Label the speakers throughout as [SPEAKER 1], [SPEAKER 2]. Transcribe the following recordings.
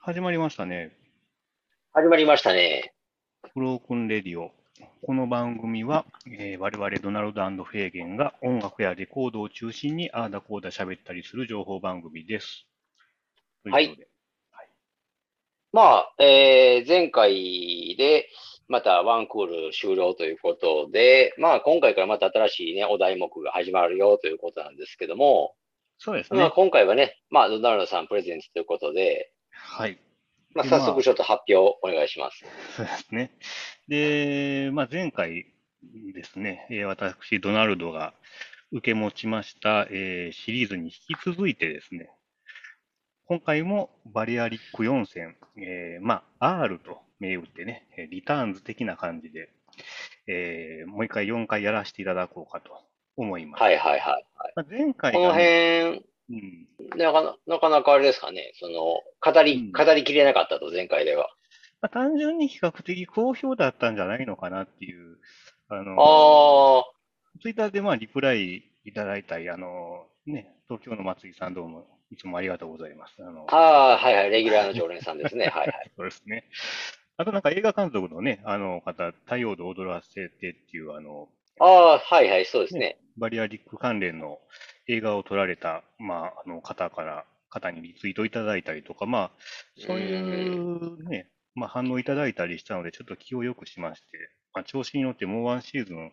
[SPEAKER 1] 始まりましたね。
[SPEAKER 2] 始まりましたね。
[SPEAKER 1] ブロークンレディオ。この番組は、えー我々ドナルドフェーゲンが音楽やレコードを中心にああだこうだ喋ったりする情報番組です。
[SPEAKER 2] はい
[SPEAKER 1] とうことで。
[SPEAKER 2] まあ、えー前回で、またワンクール終了ということで、まあ、今回からまた新しいね、お題目が始まるよということなんですけども、
[SPEAKER 1] そうです
[SPEAKER 2] まあ、
[SPEAKER 1] ね。
[SPEAKER 2] 今回はね、まあ、ドナルドさんプレゼンツということで、
[SPEAKER 1] はい。
[SPEAKER 2] まあ、
[SPEAKER 1] まあ
[SPEAKER 2] 早速ちょっと発表お願いします。
[SPEAKER 1] そうですね。で、まあ、前回ですね、えー私、ドナルドが受け持ちました、えーシリーズに引き続いてですね、今回もバリアリック4選、えーまあ、R と銘打ってね、えーリターンズ的な感じで、えーもう一回4回やらせていただこうかと思います。
[SPEAKER 2] はいはいはい。
[SPEAKER 1] まあ前回
[SPEAKER 2] この
[SPEAKER 1] がね、
[SPEAKER 2] 辺、
[SPEAKER 1] うん、
[SPEAKER 2] なかななかなかあれですかね、その、語り、
[SPEAKER 1] うん
[SPEAKER 2] 語りきれなかったと、前回では。
[SPEAKER 1] まあ、単純に比較的好評だったんじゃないのかなっていう、あの
[SPEAKER 2] ああ、
[SPEAKER 1] ツイッターでまあリプライいただいたり、あのね、東京の松井さんどうもいつもありがとうございます。あの
[SPEAKER 2] ああ、はいはい、レギュラーの常連さんで すね。はいはい。
[SPEAKER 1] そうですね。あとなんか映画監督のね、あの方、太陽で踊らせてっていう、あの、
[SPEAKER 2] ああ、はいはい、そうですね
[SPEAKER 1] バリアリック関連の映画を撮られた、まあ、あの方から、方にリツイートいただいたりとか、まあ、そういうね、まあ、反応いただいたりしたので、ちょっと気を良くしまして、まあ、調子に乗ってもうワンシーズン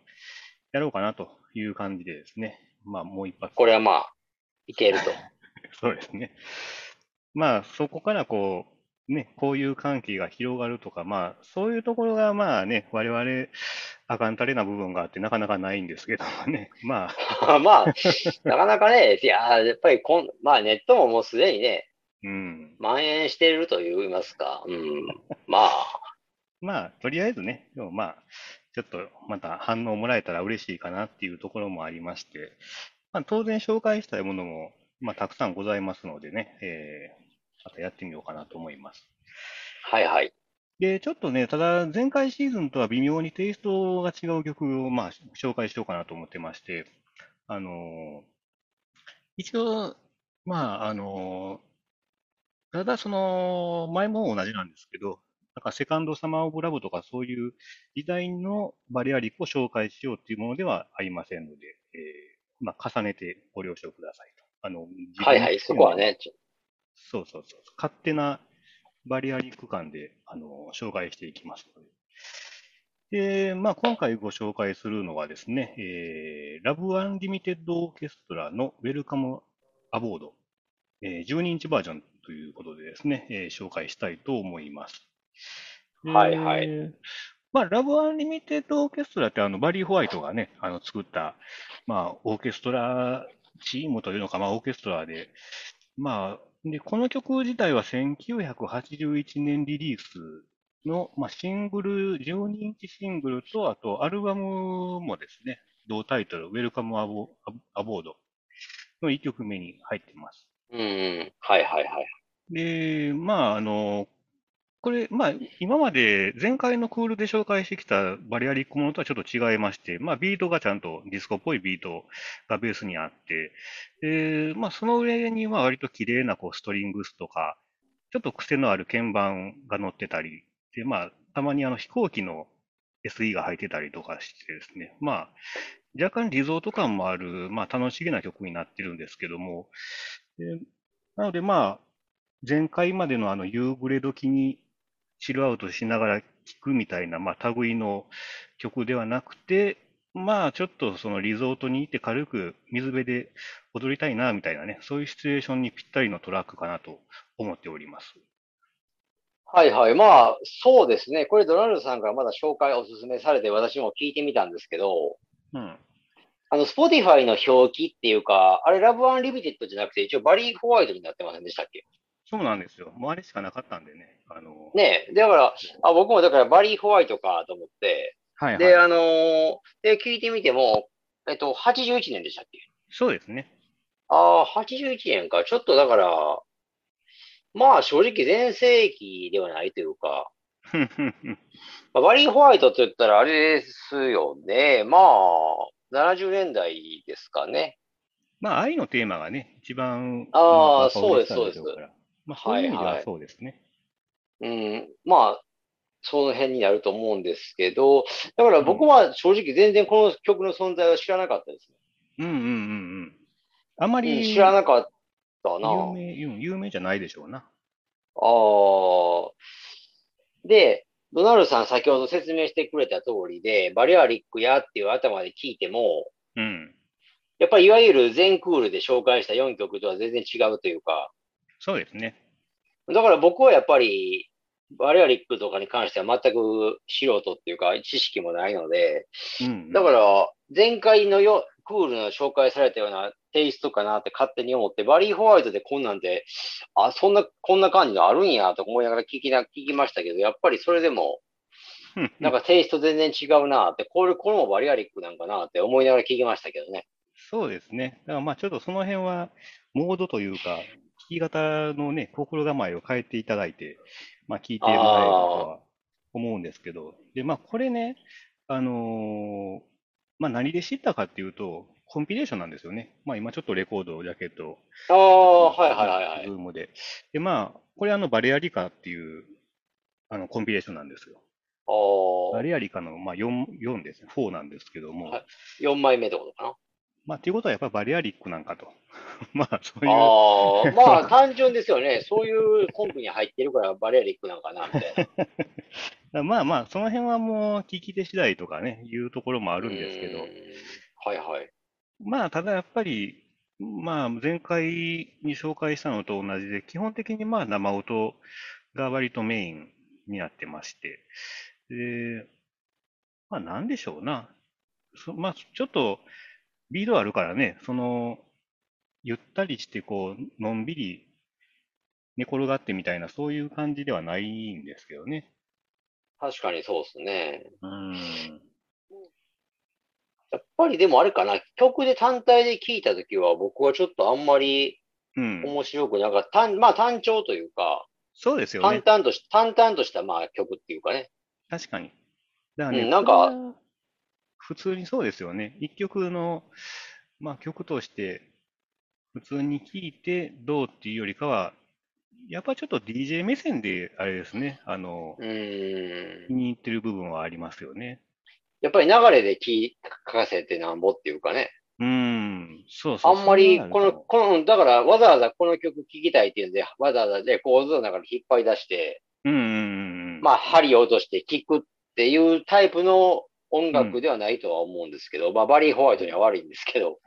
[SPEAKER 1] やろうかなという感じでですね、まあ、もう一発。
[SPEAKER 2] これはまあ、いけると。
[SPEAKER 1] そうですね。まあ、そこからこう、ね、こういう関係が広がるとか、まあ、そういうところが、まあね、我々、あかんたれな部分があって、なかなかないんですけどもね、 まあ、
[SPEAKER 2] まあ、なかなかね、いやー、やっぱりこん、まあ、ネットももうすでにね、
[SPEAKER 1] うん。
[SPEAKER 2] 蔓延していると言いますか。うん。まあ、
[SPEAKER 1] まあ、とりあえずね、でもまあ、ちょっとまた反応もらえたら嬉しいかなっていうところもありまして、まあ、当然紹介したいものも、まあ、たくさんございますのでね、えーまたやってみようかなと思います。
[SPEAKER 2] はいはい。
[SPEAKER 1] で、ちょっとね、ただ、前回シーズンとは微妙にテイストが違う曲を、まあ、紹介しようかなと思ってまして、あのー一応、まあ、あのーただ、その、前も同じなんですけど、なんか、セカンドサマーオブラブとか、そういう時代のバリアリックを紹介しようっていうものではありませんので、えーまあ、重ねてご了承くださいと。あの、自
[SPEAKER 2] はい
[SPEAKER 1] 分
[SPEAKER 2] はい、
[SPEAKER 1] の
[SPEAKER 2] そこはね、ちょ
[SPEAKER 1] そうそうそう。勝手なバリアリック感で、あの、紹介していきますので。で、まあ、今回ご紹介するのはですね、えー、ラブアンリミテッドオーケストラのウェルカムアボード、えー12インチバージョンということでですね、えー紹介したいと思います。で
[SPEAKER 2] はいはい。
[SPEAKER 1] まあ、ラブアンリミテッドオーケストラって、あの、バリー・ホワイトがね、あの、作った、まあ、オーケストラチームというのか、まあ、オーケストラで、まあ、で、この曲自体は1981年リリースの、まあ、シングル、12インチシングルと、あとアルバムもですね、同タイトル、Welcome Abo- Aboard の1曲目に入ってます。
[SPEAKER 2] うん、はいはいはい。
[SPEAKER 1] で、まあ、あの、これ、まあ、今まで前回のクールで紹介してきたバリアリックものとはちょっと違いまして、まあ、ビートがちゃんとディスコっぽいビートがベースにあって、で、まあ、その上には割と綺麗なこうストリングスとか、ちょっと癖のある鍵盤が乗ってたり、で、まあ、たまにあの飛行機の SE が入ってたりとかしてですね、まあ、若干リゾート感もある、まあ、楽しげな曲になってるんですけども、でなので、まあ、前回までのあの夕暮れ時にチルアウトしながら聴くみたいな、まあ、類の曲ではなくて、まあ、ちょっとそのリゾートに行って軽く水辺で踊りたいな、みたいなね、そういうシチュエーションにぴったりのトラックかなと思っております。
[SPEAKER 2] はいはい。まあ、そうですね。これ、ドナルドさんからまだ紹介おすすめされて、私も聞いてみたんですけど、
[SPEAKER 1] うん。
[SPEAKER 2] あの、スポティファイの表記っていうか、あれ、ラブアンリミテッドじゃなくて、一応バリー・ホワイトになってませんでしたっけ
[SPEAKER 1] そうなんですよ。もうあれしかなかったんでね。あの、
[SPEAKER 2] ねえ。だから、あ、僕もだからバリー・ホワイトかと思って、
[SPEAKER 1] はい
[SPEAKER 2] で、
[SPEAKER 1] はい。
[SPEAKER 2] あのーで、聞いてみても、えっと、81年でしたっけ
[SPEAKER 1] そうですね。
[SPEAKER 2] ああ、81年か。ちょっとだから、まあ正直全盛期ではないというか、
[SPEAKER 1] ふんふんふん
[SPEAKER 2] まあ、バリー・ホワイトって言ったらあれですよね。まあ、70年代ですかね。
[SPEAKER 1] まあ、愛のテーマがね、一番、
[SPEAKER 2] あー
[SPEAKER 1] ま若
[SPEAKER 2] そうです
[SPEAKER 1] 々しかったしょから。まあ、そういう意味で
[SPEAKER 2] はいは
[SPEAKER 1] はいそうですね。
[SPEAKER 2] うん、まあ、その辺になると思うんですけど、だから僕は正直全然この曲の存在は知らなかったですね。
[SPEAKER 1] うんうんうんうん。あま
[SPEAKER 2] うん
[SPEAKER 1] り
[SPEAKER 2] 知らなかったな。
[SPEAKER 1] 有名うん有名じゃないでしょうな。
[SPEAKER 2] ああ。で、ドナルドさん先ほど説明してくれた通りで、バリアリックやっていう頭で聞いても、
[SPEAKER 1] うん。
[SPEAKER 2] やっぱりいわゆる全クールで紹介した4曲とは全然違うというか、
[SPEAKER 1] そうですね。
[SPEAKER 2] だから僕はやっぱり、バリアリックとかに関しては全く素人っていうか知識もないので、
[SPEAKER 1] うん。
[SPEAKER 2] だから前回のよクールの紹介されたようなテイストかなって勝手に思って、バリー・ホワイトでこんなんで、あ、そんな、こんな感じのあるんやと思いながら聞きな、聞きましたけど、やっぱりそれでも、
[SPEAKER 1] うん、
[SPEAKER 2] なんかテイスト全然違うなって、これ、これもバリアリックなんかなって思いながら聞きましたけどね。
[SPEAKER 1] そうですね。だからまあちょっとその辺は、モードというか、聞き方のね、心構えを変えていただいて、まあ聞いてもらえればとは思うんですけど、で、まあこれね、あのーまあ何で知ったかっていうと、コンピレーションなんですよね。まあ今ちょっとレコードジャケットを
[SPEAKER 2] ああ、はいはいはいはい。
[SPEAKER 1] ズームで。で、まあ、これあのバレアリカっていう、あの、コンピレーションなんですよ。
[SPEAKER 2] あ
[SPEAKER 1] バ
[SPEAKER 2] あ、
[SPEAKER 1] レアリカの、まあ、4、4ですね、4なんですけども、
[SPEAKER 2] はい4枚目ってことかな。
[SPEAKER 1] まあ、ということはやっぱりバレアリックなんかと。 まあ、そういう
[SPEAKER 2] ああ、まあ単純ですよね。そういうコンプに入ってるからバリアリックなんかな、みたいな。
[SPEAKER 1] まあまあ、その辺はもう聞き手次第とかね、いうところも あるんですけ
[SPEAKER 2] う
[SPEAKER 1] ど
[SPEAKER 2] ん、。はいはい。
[SPEAKER 1] まあ、ただやっぱり、まあ、前回に紹介したのと同じで、基本的にまあ、生音が割とメインになってまして、で、まあ、なんでしょうな。そまあ、ちょっと、リードあるからね、その、ゆったりして、こう、のんびり寝転がってみたいな、そういう感じではないんですけどね。
[SPEAKER 2] 確かにそうですね。
[SPEAKER 1] うん。
[SPEAKER 2] やっぱりでもあれかな、曲で単体で聴いたときは僕はちょっとあんまり
[SPEAKER 1] うん。
[SPEAKER 2] 面白くなかった。単まあ単調というか、
[SPEAKER 1] そうですよね
[SPEAKER 2] 淡。々とし、淡々としたまあ曲っていうかね。
[SPEAKER 1] 確かに。だから
[SPEAKER 2] う
[SPEAKER 1] ね、
[SPEAKER 2] んなん
[SPEAKER 1] こ
[SPEAKER 2] か
[SPEAKER 1] れは普通にそうですよね。一曲の、まあ、曲として、普通に聴いてどうっていうよりかは、やっぱちょっと DJ 目線で、あれですね、あの、
[SPEAKER 2] うー
[SPEAKER 1] 気
[SPEAKER 2] ん。
[SPEAKER 1] に入ってる部分はありますよね。
[SPEAKER 2] やっぱり流れで聴かせてなんぼっていうかね。
[SPEAKER 1] うん、そうそ
[SPEAKER 2] あ
[SPEAKER 1] う。
[SPEAKER 2] んまり、
[SPEAKER 1] それ
[SPEAKER 2] こ
[SPEAKER 1] はあ
[SPEAKER 2] の、
[SPEAKER 1] るかも
[SPEAKER 2] この、うんだからわざわざこの曲聴きたいっていうんで、わざわざレコードの中で引っ張り出して、
[SPEAKER 1] うんうんうんうん。
[SPEAKER 2] まあ針を落として聴くっていうタイプの音楽ではないとは思うんですけど、まあバリー・ホワイトには悪いんです けど。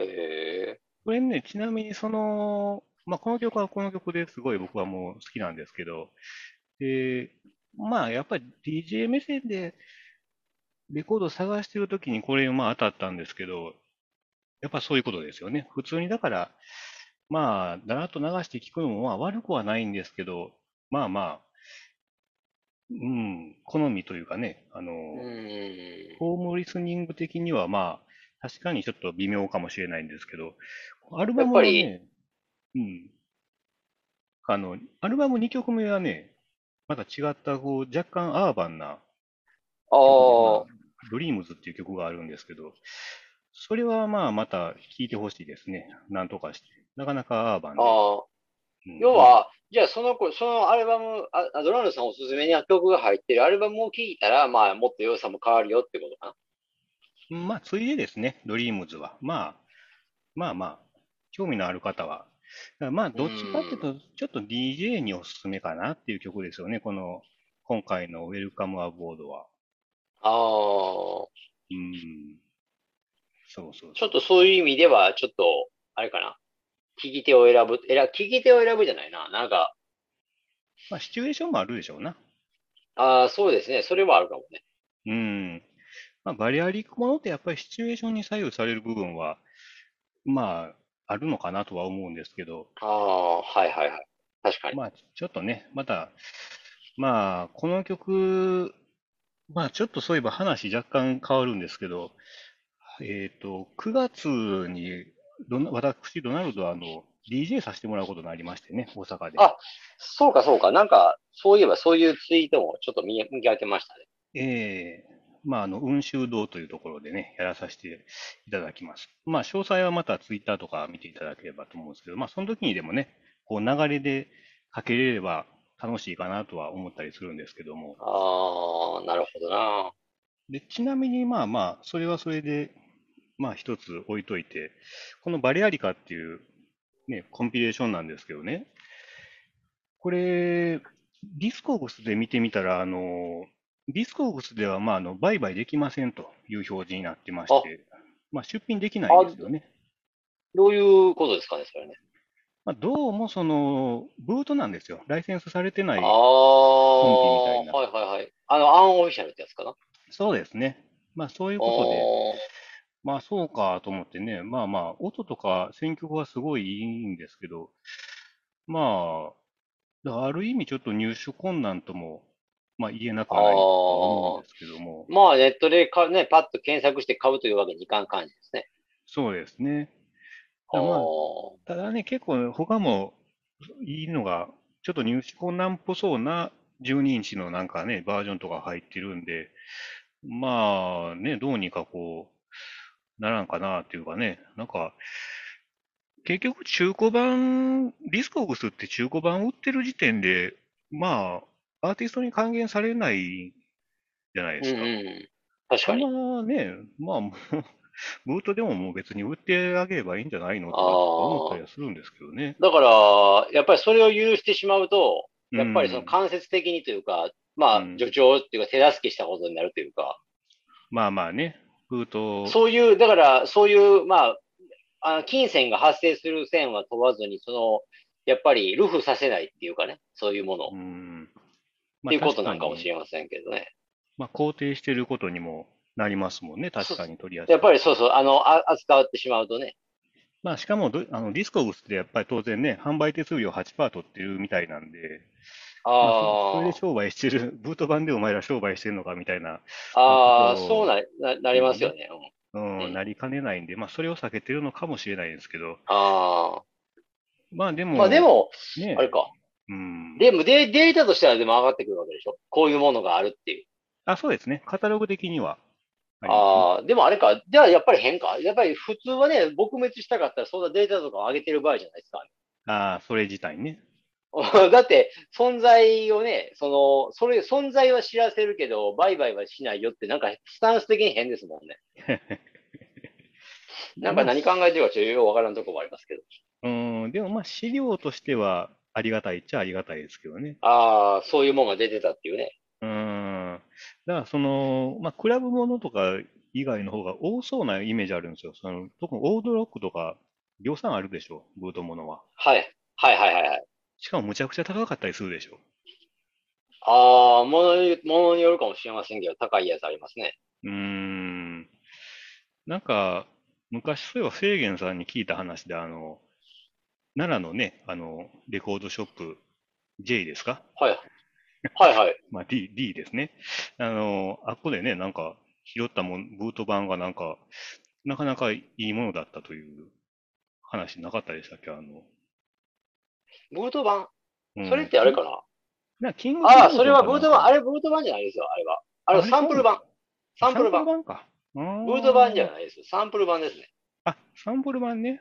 [SPEAKER 2] えー
[SPEAKER 1] これね、ちなみにその、まあ、この曲はこの曲ですごい僕はもう好きなんですけど、で、まあやっぱり DJ 目線でレコードを探してるときにこれまあ当たったんですけど、やっぱそういうことですよね。普通にだから、まあ、だらっと流して聞くのもまあ悪くはないんですけど、まあまあ、うん、好みというかね、あの、
[SPEAKER 2] うーん
[SPEAKER 1] ホームリスニング的にはまあ、確かにちょっと微妙かもしれないんですけど、アルバムは
[SPEAKER 2] や
[SPEAKER 1] ね、うん。あの、アルバム2曲目はね、また違った、こう、若干アーバンな
[SPEAKER 2] ああ、
[SPEAKER 1] ドリームズっていう曲があるんですけど、それはまあ、また聴いてほしいですね。なんとかして。なかなかアーバンで。
[SPEAKER 2] ああ。
[SPEAKER 1] うん
[SPEAKER 2] 要、は、じゃあその子、そのアルバム、ああドラムさんおすすめに曲が入ってるアルバムを聴いたら、まあ、もっと良さも変わるよってことか
[SPEAKER 1] まあ、ついでですね、ドリームズは。まあ、まあまあ、興味のある方は。だからまあ、どっちかっていうと、ちょっと DJ におすすめかなっていう曲ですよね、この、今回のウェルカムアボードは。
[SPEAKER 2] な。ああ、
[SPEAKER 1] う
[SPEAKER 2] ち
[SPEAKER 1] ん。そうそう
[SPEAKER 2] ょ
[SPEAKER 1] そう。
[SPEAKER 2] っとそういう意味では、ちょっと、あれかな。聴き手を選ぶ、選、聴き手を選ぶじゃないな。なんか、
[SPEAKER 1] まあ、シチュエーションもあるでしょうな。
[SPEAKER 2] ああ、そうですね。それはあるかもね。
[SPEAKER 1] うん。まあ、バリアリックものってやっぱりシチュエーションに左右される部分は、まあ、あるのかなとは思うんですけど、
[SPEAKER 2] ああ、はいはいはい。確かに。
[SPEAKER 1] まあ、ちょっとね、また、まあ、この曲、まあ、ちょっとそういえば話若干変わるんですけど、えっと、9月にドナ、私、ドナルドは、あの、DJ させてもらうことになりましてね、大阪で。
[SPEAKER 2] あそうかそうか。なんか、そういえばそういうツイートもちょっと見見かけましたね。
[SPEAKER 1] ええまあ、あの、雲州堂というところでね、やらさせていただきます。まあ、詳細はまたツイッターとか見ていただければと思うんですけど、まあ、その時にでもね、こう流れでかけれれば楽しいかなとは思ったりするんですけども。
[SPEAKER 2] ああ、なるほどな。
[SPEAKER 1] で、ちなみにまあまあ、それはそれで、まあ一つ置いといて、このバレアリカっていうね、コンピレーションなんですけどね、これ、ディスコーグスで見てみたら、あの、ディスコーグスではまあ、あの、売買できませんという表示になってまして、まあ出品できないんですよね。
[SPEAKER 2] どういうことですかね、それね。
[SPEAKER 1] まあ、どうもその、ブートなんですよ。ライセンスされてない
[SPEAKER 2] ああ、
[SPEAKER 1] 本家みたいな
[SPEAKER 2] はいはいはい。あの、アンオフィシャルってやつかな。
[SPEAKER 1] そうですね。まあそういうことで、まあそうかと思ってね、まあまあ、音とか選曲はすごいいいんですけど、まあ、だからある意味ちょっと入手困難とも、まあ言えなくはないとは思うんですけども、
[SPEAKER 2] あーまあ、ネットでか、ね、パッと検索して買うというわけにいかん感じですね。
[SPEAKER 1] そうですね。
[SPEAKER 2] あ
[SPEAKER 1] だからまあ
[SPEAKER 2] ー
[SPEAKER 1] ただね、結構他もいいのが、ちょっと入手困難っぽそうな12インチのなんかね、バージョンとか入ってるんで、まあね、どうにかこう、ならんかなっていうかね、なんか、結局中古版、ディスコグスって中古版売ってる時点で、まあ、アーティストに還元されないじゃないですか。
[SPEAKER 2] うんうん。確かに。
[SPEAKER 1] まあね、まあもう、 ブートでももう別に売ってあげればいいんじゃないのとか
[SPEAKER 2] あー
[SPEAKER 1] 思ったりはするんですけどね。
[SPEAKER 2] だから、やっぱりそれを許してしまうと、やっぱりその
[SPEAKER 1] うん
[SPEAKER 2] 間接的にというか、まあ
[SPEAKER 1] う、ん
[SPEAKER 2] 助長っていうか手助けしたことになるというか、
[SPEAKER 1] まあまあね、封筒、
[SPEAKER 2] そういう、だから、そういう、まあ、あの金銭が発生する線は問わずに、その、やっぱり、ルフさせないっていうかね、そういうもの、
[SPEAKER 1] う
[SPEAKER 2] っ
[SPEAKER 1] ん、
[SPEAKER 2] ていうことなんかもし
[SPEAKER 1] ない。
[SPEAKER 2] れませんけどね。
[SPEAKER 1] まあ、肯定してることにもなりますもんね、確かに取り扱
[SPEAKER 2] やっぱ
[SPEAKER 1] り。
[SPEAKER 2] りそうそう、あの、あ扱ってしまうとね、
[SPEAKER 1] まあ、しかもどあの、ディスコグスってやっぱり当然ね、販売手数料8%取ってるみたいなんで、まあそ そ
[SPEAKER 2] あ
[SPEAKER 1] れで商売してる、ブート版でお前ら商売してるのかみたいな、
[SPEAKER 2] あ、ああ、
[SPEAKER 1] そう
[SPEAKER 2] そうな、な、なりますよね。うん
[SPEAKER 1] うん
[SPEAKER 2] うん
[SPEAKER 1] なりかねないんで、まあ、それを避けてるのかもしれないですけど、
[SPEAKER 2] あ
[SPEAKER 1] まあで
[SPEAKER 2] あ。
[SPEAKER 1] も、
[SPEAKER 2] まあでも、
[SPEAKER 1] ね
[SPEAKER 2] あれか。
[SPEAKER 1] うん、
[SPEAKER 2] でもデ、データとしてはでも上がってくるわけでしょこういうものがあるっていう。
[SPEAKER 1] あ、そうですね、カタログ的にはありますね。
[SPEAKER 2] ああ、でもあれか。じゃあやっぱり変か。やっぱり普通はね、撲滅したかったらそんなデータとかを 上げてる場合じゃないです
[SPEAKER 1] あー、それ自体ね。
[SPEAKER 2] か。だって、存在をね、その、それ、存在は知らせるけど、売買はしないよって、なんかスタンス的に変ですもんね。なんか何考えてるかちょっとよくわからんとこもありますけど。
[SPEAKER 1] うん、でもまあ資料としてはありがたいっちゃありがたいですけどね。
[SPEAKER 2] ああ、そういうものが出てたっていうね。
[SPEAKER 1] うん。だからその、まあクラブものとか以外の方が多そうなイメージあるんですよ。その、特にオールドロックとか、量産あるでしょ、ブートものは。
[SPEAKER 2] はい。はいはいはいはい。
[SPEAKER 1] しかもむちゃくちゃ高かったりするでしょ。
[SPEAKER 2] ああ、ものに、ものによるかもしれませんけど、高いやつありますね。
[SPEAKER 1] うん。なんか、昔そういえば清源さんに聞いた話で、あの、奈良のね、あの、レコードショップ J ですか
[SPEAKER 2] はい。はいはい。
[SPEAKER 1] まあ、D、D ですね。あの、あっこでね、なんか、拾ったもん、ブート版がなんか、なかなかいいものだったという話なかったでしたっけあの、
[SPEAKER 2] ブート版
[SPEAKER 1] うん
[SPEAKER 2] それってあれかな、
[SPEAKER 1] なんかキング
[SPEAKER 2] ああ、
[SPEAKER 1] キング
[SPEAKER 2] それは
[SPEAKER 1] と
[SPEAKER 2] ブ
[SPEAKER 1] か
[SPEAKER 2] ート版、あ
[SPEAKER 1] なんか
[SPEAKER 2] れブート版じゃないですよ、あれは。あれ
[SPEAKER 1] あれ
[SPEAKER 2] サンプル版。サンプル
[SPEAKER 1] サ
[SPEAKER 2] 版。
[SPEAKER 1] ンプル版か。ブ
[SPEAKER 2] ブート版じゃ
[SPEAKER 1] い。
[SPEAKER 2] ないですよ。サンプル版ですね。
[SPEAKER 1] あ、サンプル版ね。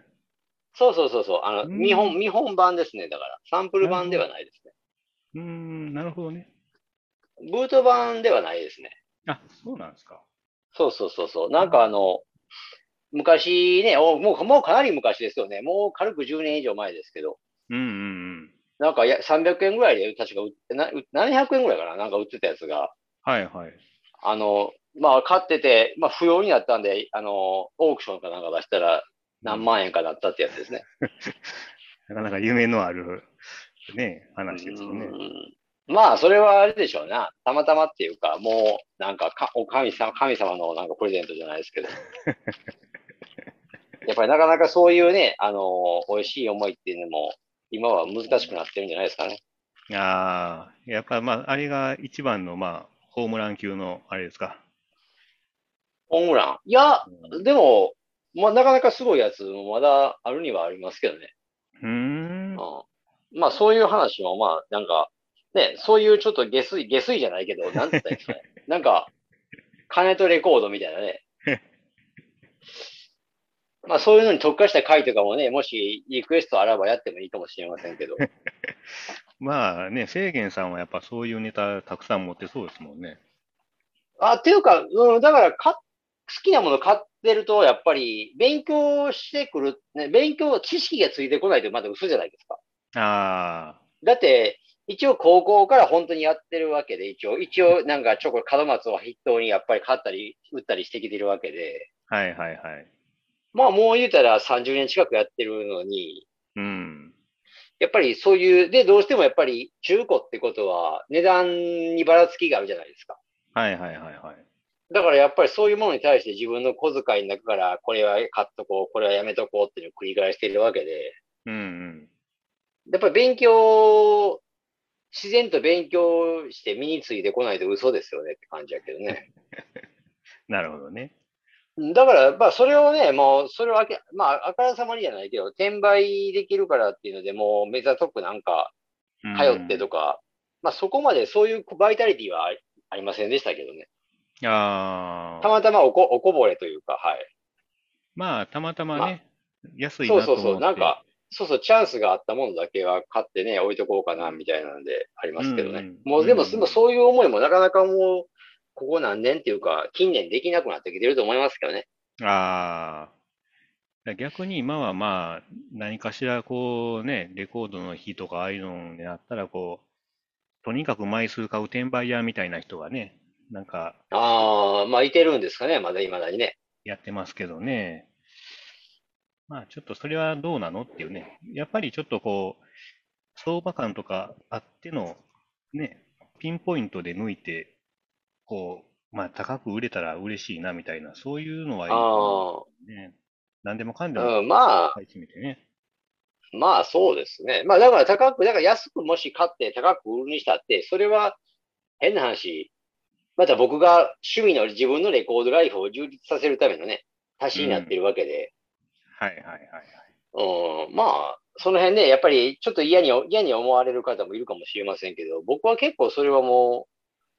[SPEAKER 2] そうそうそうそう。あの、
[SPEAKER 1] うん
[SPEAKER 2] 見本、見本版ですね。だから、サンプル版ではないです
[SPEAKER 1] うーん、なるほどね。
[SPEAKER 2] ね。ブート版ではないですね。
[SPEAKER 1] あ、そうなんですか。
[SPEAKER 2] そうそうそうそう。なんかあの、昔ね、おもう、もうかなり昔ですよね。もう軽く10年以上前ですけど、
[SPEAKER 1] うんうんうん。
[SPEAKER 2] なんかや300円ぐらいで、確か売ってな、700円ぐらいかななんか売ってたやつが、
[SPEAKER 1] はいはい。
[SPEAKER 2] あの、まあ、買ってて、まあ、不要になったんで、あの、オークションかなんか出したら、何万円かなったってやつですね。
[SPEAKER 1] なかなか夢のある、ね、話ですよね。
[SPEAKER 2] うんまあ、それはあれでしょうな。たまたまっていうか、もう、なんかか、お神様、神様のなんかプレゼントじゃないです けど。やっぱりなかなかそういうね、あの美味しい思いっていうのも、今は難しくなってるんじゃないですかね。
[SPEAKER 1] ああ、やっぱまあ、あれが一番の、まあ、ホームラン級の、あれですか。
[SPEAKER 2] ホームラン。いや、
[SPEAKER 1] う
[SPEAKER 2] でも、まあ、なかなかすごいやつもまだあるにはありますけどね。
[SPEAKER 1] ーん。
[SPEAKER 2] うんまあそういう話も、まあなんか、ね、そういうちょっと下水、下水じゃないけど、なんて言ったらいいんですかね。なんか、金とレコードみたいなね。まあそういうのに特化した回とかもね、もしリクエストあらばやってもいいかもしれませんけど。
[SPEAKER 1] まあね、制限さんはやっぱそういうネタたくさん持ってそうですもんね。
[SPEAKER 2] あ、っていうか、うん、だからか、好きなもの買ってると、やっぱり、勉強してくる、ね、勉強、知識がついてこないとまだ嘘じゃないですか。
[SPEAKER 1] あ
[SPEAKER 2] だって、一応高校から本当にやってるわけで、一応、一応なんかちょこ、門松を筆頭にやっぱり買ったり、売ったりしてきてるわけで、
[SPEAKER 1] あ、はいはいはい。
[SPEAKER 2] まあもう言うたら30年近くやってるのに、
[SPEAKER 1] うん。
[SPEAKER 2] やっぱりそういう、で、どうしてもやっぱり中古ってことは値段にばらつきがあるじゃないですか。
[SPEAKER 1] はいはいはいはい。
[SPEAKER 2] だからやっぱりそういうものに対して自分の小遣いの中からこれは買っとこう、これはやめとこうっていうのを繰り返しているわけで、
[SPEAKER 1] うんうん。
[SPEAKER 2] やっぱり勉強、自然と勉強して身についてこないと嘘ですよねって感じやけどね。
[SPEAKER 1] なるほどね。
[SPEAKER 2] だから、まあ、それをね、もう、それをあけ、まあ、あからさまにじゃないけど、転売できるからっていうので、もう、目ざとくなんか、
[SPEAKER 1] うん
[SPEAKER 2] 通ってとか、まあ、そこまでそういうバイタリティはありありませんでしたけどね。
[SPEAKER 1] あ
[SPEAKER 2] た
[SPEAKER 1] あ。
[SPEAKER 2] またまおこおこぼれというか、はい。
[SPEAKER 1] まあ、たまたまね、安い
[SPEAKER 2] そう
[SPEAKER 1] なと
[SPEAKER 2] そ
[SPEAKER 1] 思
[SPEAKER 2] う
[SPEAKER 1] って。
[SPEAKER 2] そう、なんか、そうそう、チャンスがあったものだけは買ってね、置いとこうかな、みたいなのでありますけどね。
[SPEAKER 1] うんうん
[SPEAKER 2] もう、でも、
[SPEAKER 1] うん
[SPEAKER 2] そのそういう思いもなかなかもう、ここ何年っていうか、近年できなくなってきてると思いますけどね。
[SPEAKER 1] ああ。逆に今はまあ、何かしらこうね、レコードの日とかああいうのになったら、こう、とにかく枚数買う転売屋みたいな人がね、なんか
[SPEAKER 2] ああ、まあ、いてるんですかね、まだ未だにね。
[SPEAKER 1] やってますけどね。まあちょっとそれはどうなのっていうね。やっぱりちょっとこう、相場感とかあっての、ね、ピンポイントで抜いて、こう、まあ高く売れたら嬉しいなみたいな、そういうのはいいと
[SPEAKER 2] あ
[SPEAKER 1] 思うね。何でもかんで
[SPEAKER 2] あ、
[SPEAKER 1] も
[SPEAKER 2] うん、まあ、
[SPEAKER 1] 買い占めてね。
[SPEAKER 2] まあそうですね。まあだから高く、だから安くもし買って高く売るにしたって、それは変な話。また僕が趣味の自分のレコードライフを充実させるためのね、足しになってるわけで、
[SPEAKER 1] はいはいはいはい。
[SPEAKER 2] うん、まあ、その辺ね、やっぱりちょっと嫌に、嫌に思われる方もいるかもしれませんけど、僕は結構それはも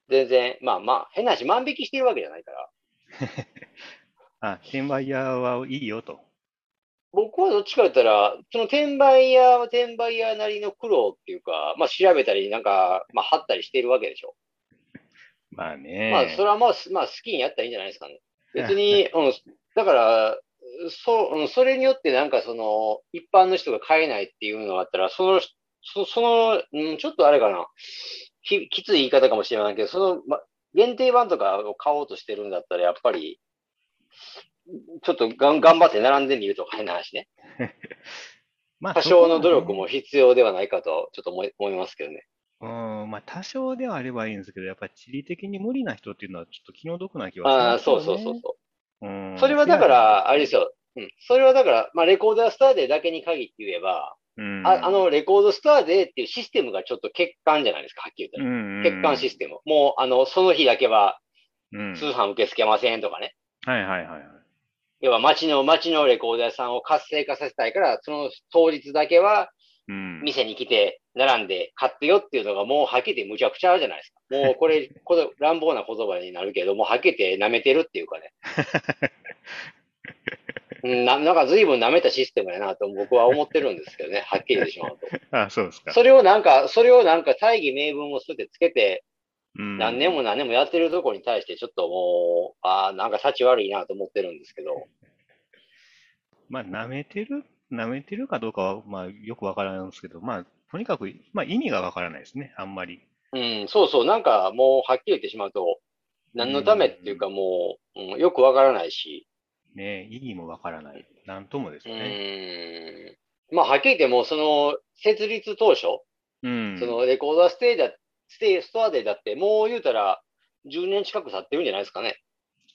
[SPEAKER 2] う、全然、まあまあ、変な話、万引きしてるわけじゃないから、
[SPEAKER 1] あ、転売屋はいいよと。
[SPEAKER 2] 僕はどっちか言ったら、その転売屋は転売屋なりの苦労っていうか、まあ調べたり、なんか、まあ貼ったりしてるわけでしょ。
[SPEAKER 1] まあ
[SPEAKER 2] まあ、
[SPEAKER 1] ね
[SPEAKER 2] それ。はまあ、すまあ、好きにやったらいいんじゃないですかね。別に、うん、だから、そう、うん、それによってなんかその、一般の人が買えないっていうのがあったら、その、そその、うん、ちょっとあれかな、ききつい言い方かもしれないけど、その、ま、限定版とかを買おうとしてるんだったら、やっぱり、ちょっとがん頑張って並んでみるとか変な話ね。
[SPEAKER 1] まあ
[SPEAKER 2] 多
[SPEAKER 1] そこ
[SPEAKER 2] 少
[SPEAKER 1] は
[SPEAKER 2] の努力
[SPEAKER 1] ね
[SPEAKER 2] も必要ではないかと、ちょっと思い思いますけど ね。
[SPEAKER 1] うん、まあ多少ではあればいいんですけど、やっぱり地理的に無理な人っていうのはちょっと気の毒な気はし
[SPEAKER 2] あ
[SPEAKER 1] ま
[SPEAKER 2] あ、
[SPEAKER 1] す
[SPEAKER 2] そ
[SPEAKER 1] よ
[SPEAKER 2] うそうそう
[SPEAKER 1] ね。
[SPEAKER 2] そう。
[SPEAKER 1] うん
[SPEAKER 2] それはだ
[SPEAKER 1] フェ
[SPEAKER 2] か
[SPEAKER 1] ア
[SPEAKER 2] ら、あれですよ。うん。それはだから、まあ、レコーダースターデーだけに限って言えば、
[SPEAKER 1] うん
[SPEAKER 2] ああ、の、レコードスターデーっていうシステムがちょっと欠陥じゃないですか、はっきり言ったら。欠陥シス
[SPEAKER 1] テ
[SPEAKER 2] テム。もう、あの、その日だけは
[SPEAKER 1] ム
[SPEAKER 2] 通販受け付けませんとかね。
[SPEAKER 1] はいはいはいはい。
[SPEAKER 2] 要は、街の、街のレコード屋さんを活性化させたいから、その当日だけは
[SPEAKER 1] うん
[SPEAKER 2] 店に来て、並んで買ってよっていうのがもうはっきり言ってむちゃくちゃあるじゃないです か。もうこれ、この乱暴な言葉になるけど、もうはっきり言って舐めてるっていう かね。うんななんか随分舐めたシステムやなと僕は思ってるんですけどね、はっきり言ってしまうと。
[SPEAKER 1] あ、そうですか。
[SPEAKER 2] それをなんか、それをなんか大義名分をすべてつけて、
[SPEAKER 1] うん
[SPEAKER 2] 何年も何年もやってるとこに対してちょっともう、ああ、なんか幸悪いなと思ってるんですけど。
[SPEAKER 1] まあ、舐めてる、舐めてるかどうかは、まあ、よくわからないんですけど、まあ、とにかく、まあ、意味がわからないですね、あんまり。
[SPEAKER 2] うん、そうそう、なんかもうはっきり言ってしまうと、何のためっていうかもう、うんよくわからないし、
[SPEAKER 1] ね、意義もわからない。なんともです
[SPEAKER 2] う
[SPEAKER 1] ね。
[SPEAKER 2] ーんまあ、はっきり言ってもう、その、設立当初、
[SPEAKER 1] うん。
[SPEAKER 2] そのレコードはステーだ、ステー、ストアデーだって、もう言うたら、10年近く経ってるんじゃないですかね。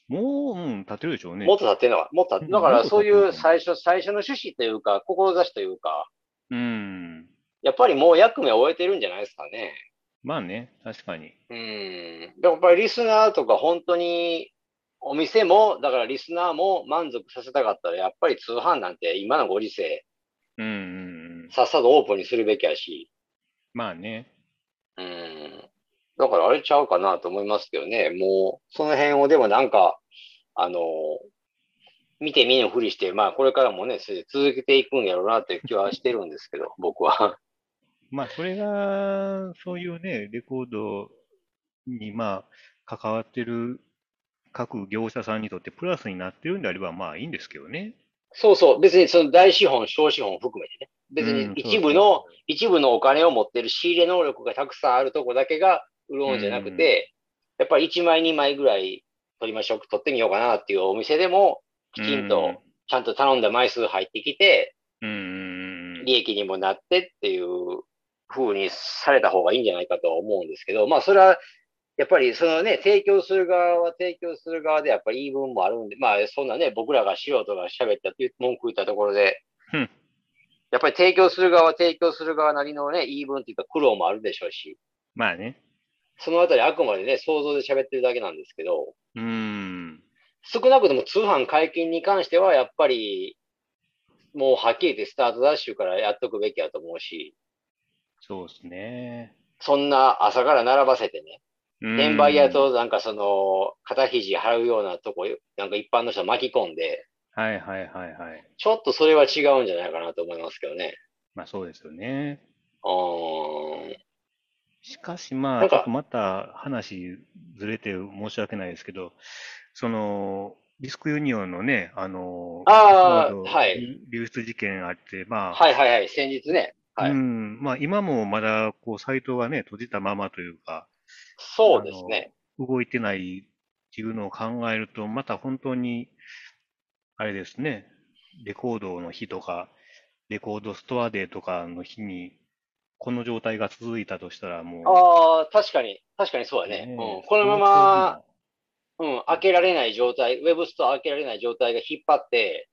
[SPEAKER 1] もう、うん、立てるでしょうね。
[SPEAKER 2] もっと経ってるのか、もっと経っ
[SPEAKER 1] う
[SPEAKER 2] て、
[SPEAKER 1] ん
[SPEAKER 2] だからそうい
[SPEAKER 1] もっと経ってる
[SPEAKER 2] う
[SPEAKER 1] と思う
[SPEAKER 2] 最初、最初の趣旨というか、志というか、
[SPEAKER 1] うん。
[SPEAKER 2] やっぱりもう役目を終えてるんじゃないですかね。
[SPEAKER 1] まあね、確かに。
[SPEAKER 2] うん。でやっぱりリスナーとか、本当に、お店も、だからリスナーも満足させたかったら、やっぱり通販なんて今のご時世、
[SPEAKER 1] うん、うんうん。
[SPEAKER 2] さっさとオープンにするべきやし、
[SPEAKER 1] まあね。
[SPEAKER 2] うん。だからあれちゃうかなと思いますけどね。もう、その辺をでもなんか、あの、見て見ぬふ りして、まあこれからもね、それで続けていくんやろうなという気はしてるんですけど、僕は。
[SPEAKER 1] まあ、それが、そういうね、レコードに、まあ、関わってる各業者さんにとってプラスになってるんであれば、まあいいんですけどね。
[SPEAKER 2] そうそう。別にその大資本、小資本を含めてね。別
[SPEAKER 1] う
[SPEAKER 2] に
[SPEAKER 1] ん
[SPEAKER 2] 一部の、一部のお金を持ってる仕入れ能力がたくさんあるとこだけが売るもんじゃなくて、やっぱり1枚2枚ぐらい取りましょう、取ってみようかなっていうお店でも、きちんと、ちゃんと頼んだ枚数入ってきて、
[SPEAKER 1] うん。うん。
[SPEAKER 2] 利益にもなってっていう風にされた方がいいんじゃないかとは思うんですけど、まあそれは、やっぱりそのね、提供する側は提供する側でやっぱり言い分もあるんで、まあそんなね、僕らが素人が喋ったっていう文句言ったところで
[SPEAKER 1] うん、
[SPEAKER 2] やっぱり提供する側は提供する側なりのね、言い分っていうか苦労もあるでしょうし、
[SPEAKER 1] まあね。
[SPEAKER 2] そのあたりあくまでね、想像で喋ってるだけなんですけど、
[SPEAKER 1] うん。
[SPEAKER 2] 少なくとも通販解禁に関しては、やっぱり、もうはっきり言ってスタートダッシュからやっとくべきやと思うし、
[SPEAKER 1] そうですね。
[SPEAKER 2] そんな朝から並ばせてね、転売屋
[SPEAKER 1] や。
[SPEAKER 2] となんかその、肩肘張るようなとこ、なんか一般の人巻き込んで、
[SPEAKER 1] はいはいはいはい。
[SPEAKER 2] ちょっとそれは違うんじゃないかなと思いますけどね。
[SPEAKER 1] まあそうですよね。
[SPEAKER 2] うーん。
[SPEAKER 1] しかしま
[SPEAKER 2] なん
[SPEAKER 1] あ、ち
[SPEAKER 2] か
[SPEAKER 1] ょっとまた話ずれて申し訳ないですけど、その、リスクユニオンのね、あの、
[SPEAKER 2] あー
[SPEAKER 1] レコード
[SPEAKER 2] はい
[SPEAKER 1] 流出事件あって、まあ、
[SPEAKER 2] はいはいはい、先日ね。はい
[SPEAKER 1] うん、まあ今もまだ、こう、サイトがね、閉じたままというか、
[SPEAKER 2] そうですね。
[SPEAKER 1] 動いてないっていうのを考えると、また本当に、あれですね、レコードの日とか、レコードストアデーとかの日に、この状態が続いたとしたら、もう、
[SPEAKER 2] ああ、確かに、確かにそうだね。
[SPEAKER 1] ね
[SPEAKER 2] うん、このまま、、うん、開けられない状態、ウェブストア開けられない状態が引っ張って、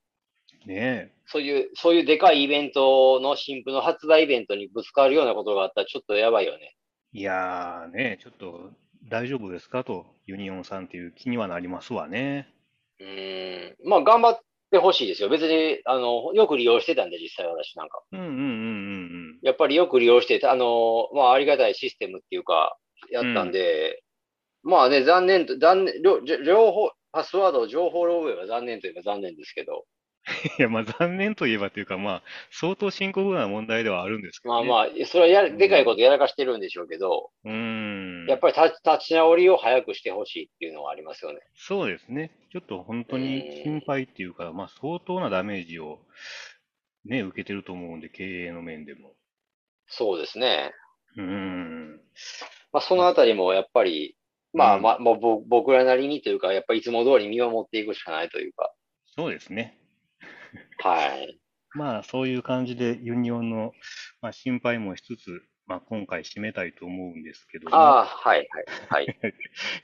[SPEAKER 1] ね
[SPEAKER 2] そういう、そういうでかいイベントの新婦の発売イベントにぶつかるようなことがあったらちょっとやばいよね。
[SPEAKER 1] いやーね、ちょっと大丈夫ですかと、ユニオンさんっていう気にはなりますわね。
[SPEAKER 2] うーん。まあ、頑張ってほしいですよ。別に、あの、よく利用してたんで、実際私なんか。
[SPEAKER 1] うんうんうん
[SPEAKER 2] やっぱりよく利用してた、あの、まあ、ありがたいシステムっていうか、やったんで、まあね、残念と、残念、両両方、パスワード、情報漏洩は残念といえば残念ですけど、
[SPEAKER 1] うん。いや、まあ残念といえばというか、まあ、相当深刻な問題ではあるんですけ
[SPEAKER 2] ま
[SPEAKER 1] ど
[SPEAKER 2] あ
[SPEAKER 1] ね。
[SPEAKER 2] まあ、それはやるでかいことやらかしてるんでしょうけど、
[SPEAKER 1] うーん。
[SPEAKER 2] やっぱり立ち立ち直りを早くしてほしいっていうのはありますよね。
[SPEAKER 1] そうですね。ちょっと本当に心配っていうか、まあ相当なダメージをね、受けてると思うんで、経営の面でも。
[SPEAKER 2] そうですね。
[SPEAKER 1] うーん。
[SPEAKER 2] まあ、そのあたりもやっぱり、まあ
[SPEAKER 1] うん
[SPEAKER 2] まあ、もうぼ僕らなりにというか、やっぱりいつも通り見守っていくしかないというか、
[SPEAKER 1] そうですね。
[SPEAKER 2] はい。
[SPEAKER 1] まあそういう感じでユニオンの、まあ、心配もしつつ、まあ今回締めたいと思うんですけども、
[SPEAKER 2] ああ、はい、はい、はい。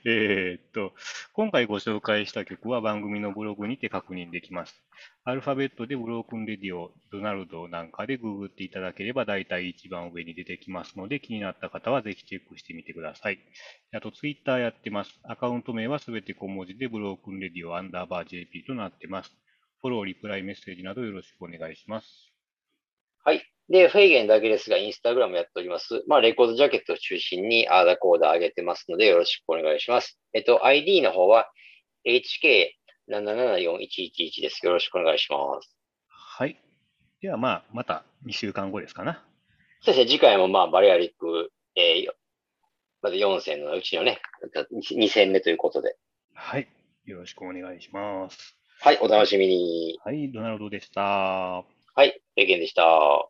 [SPEAKER 1] えーっと、今回ご紹介した曲は番組のブログにて確認できます。アルファベットでブロークンレディオ、ドナルドなんかでググっていただければ大体一番上に出てきますので気になった方はぜひチェックしてみてください。あとツイッターやってます。アカウント名はすべて小文字でブロークンレディオアンダーバー JP となってます。フォロー、リプライ、メッセージなどよろしくお願いします。
[SPEAKER 2] で、フェイゲンだけですが、インスタグラムやっております。まあ、レコードジャケットを中心に、アーダコーダー上げてますので、よろしくお願いします。えっと、ID の方は、HK774111 です。よろしくお願いします。
[SPEAKER 1] はい。ではまあ、また2週間後ですかな。
[SPEAKER 2] そうですね、次回もまあ、バリアリック、えー、まず4戦のうちのね、2戦目ということで。
[SPEAKER 1] はい。よろしくお願いします。
[SPEAKER 2] はい、お楽しみに。
[SPEAKER 1] はい、ドナルドでした。
[SPEAKER 2] はい、フェイゲンでした。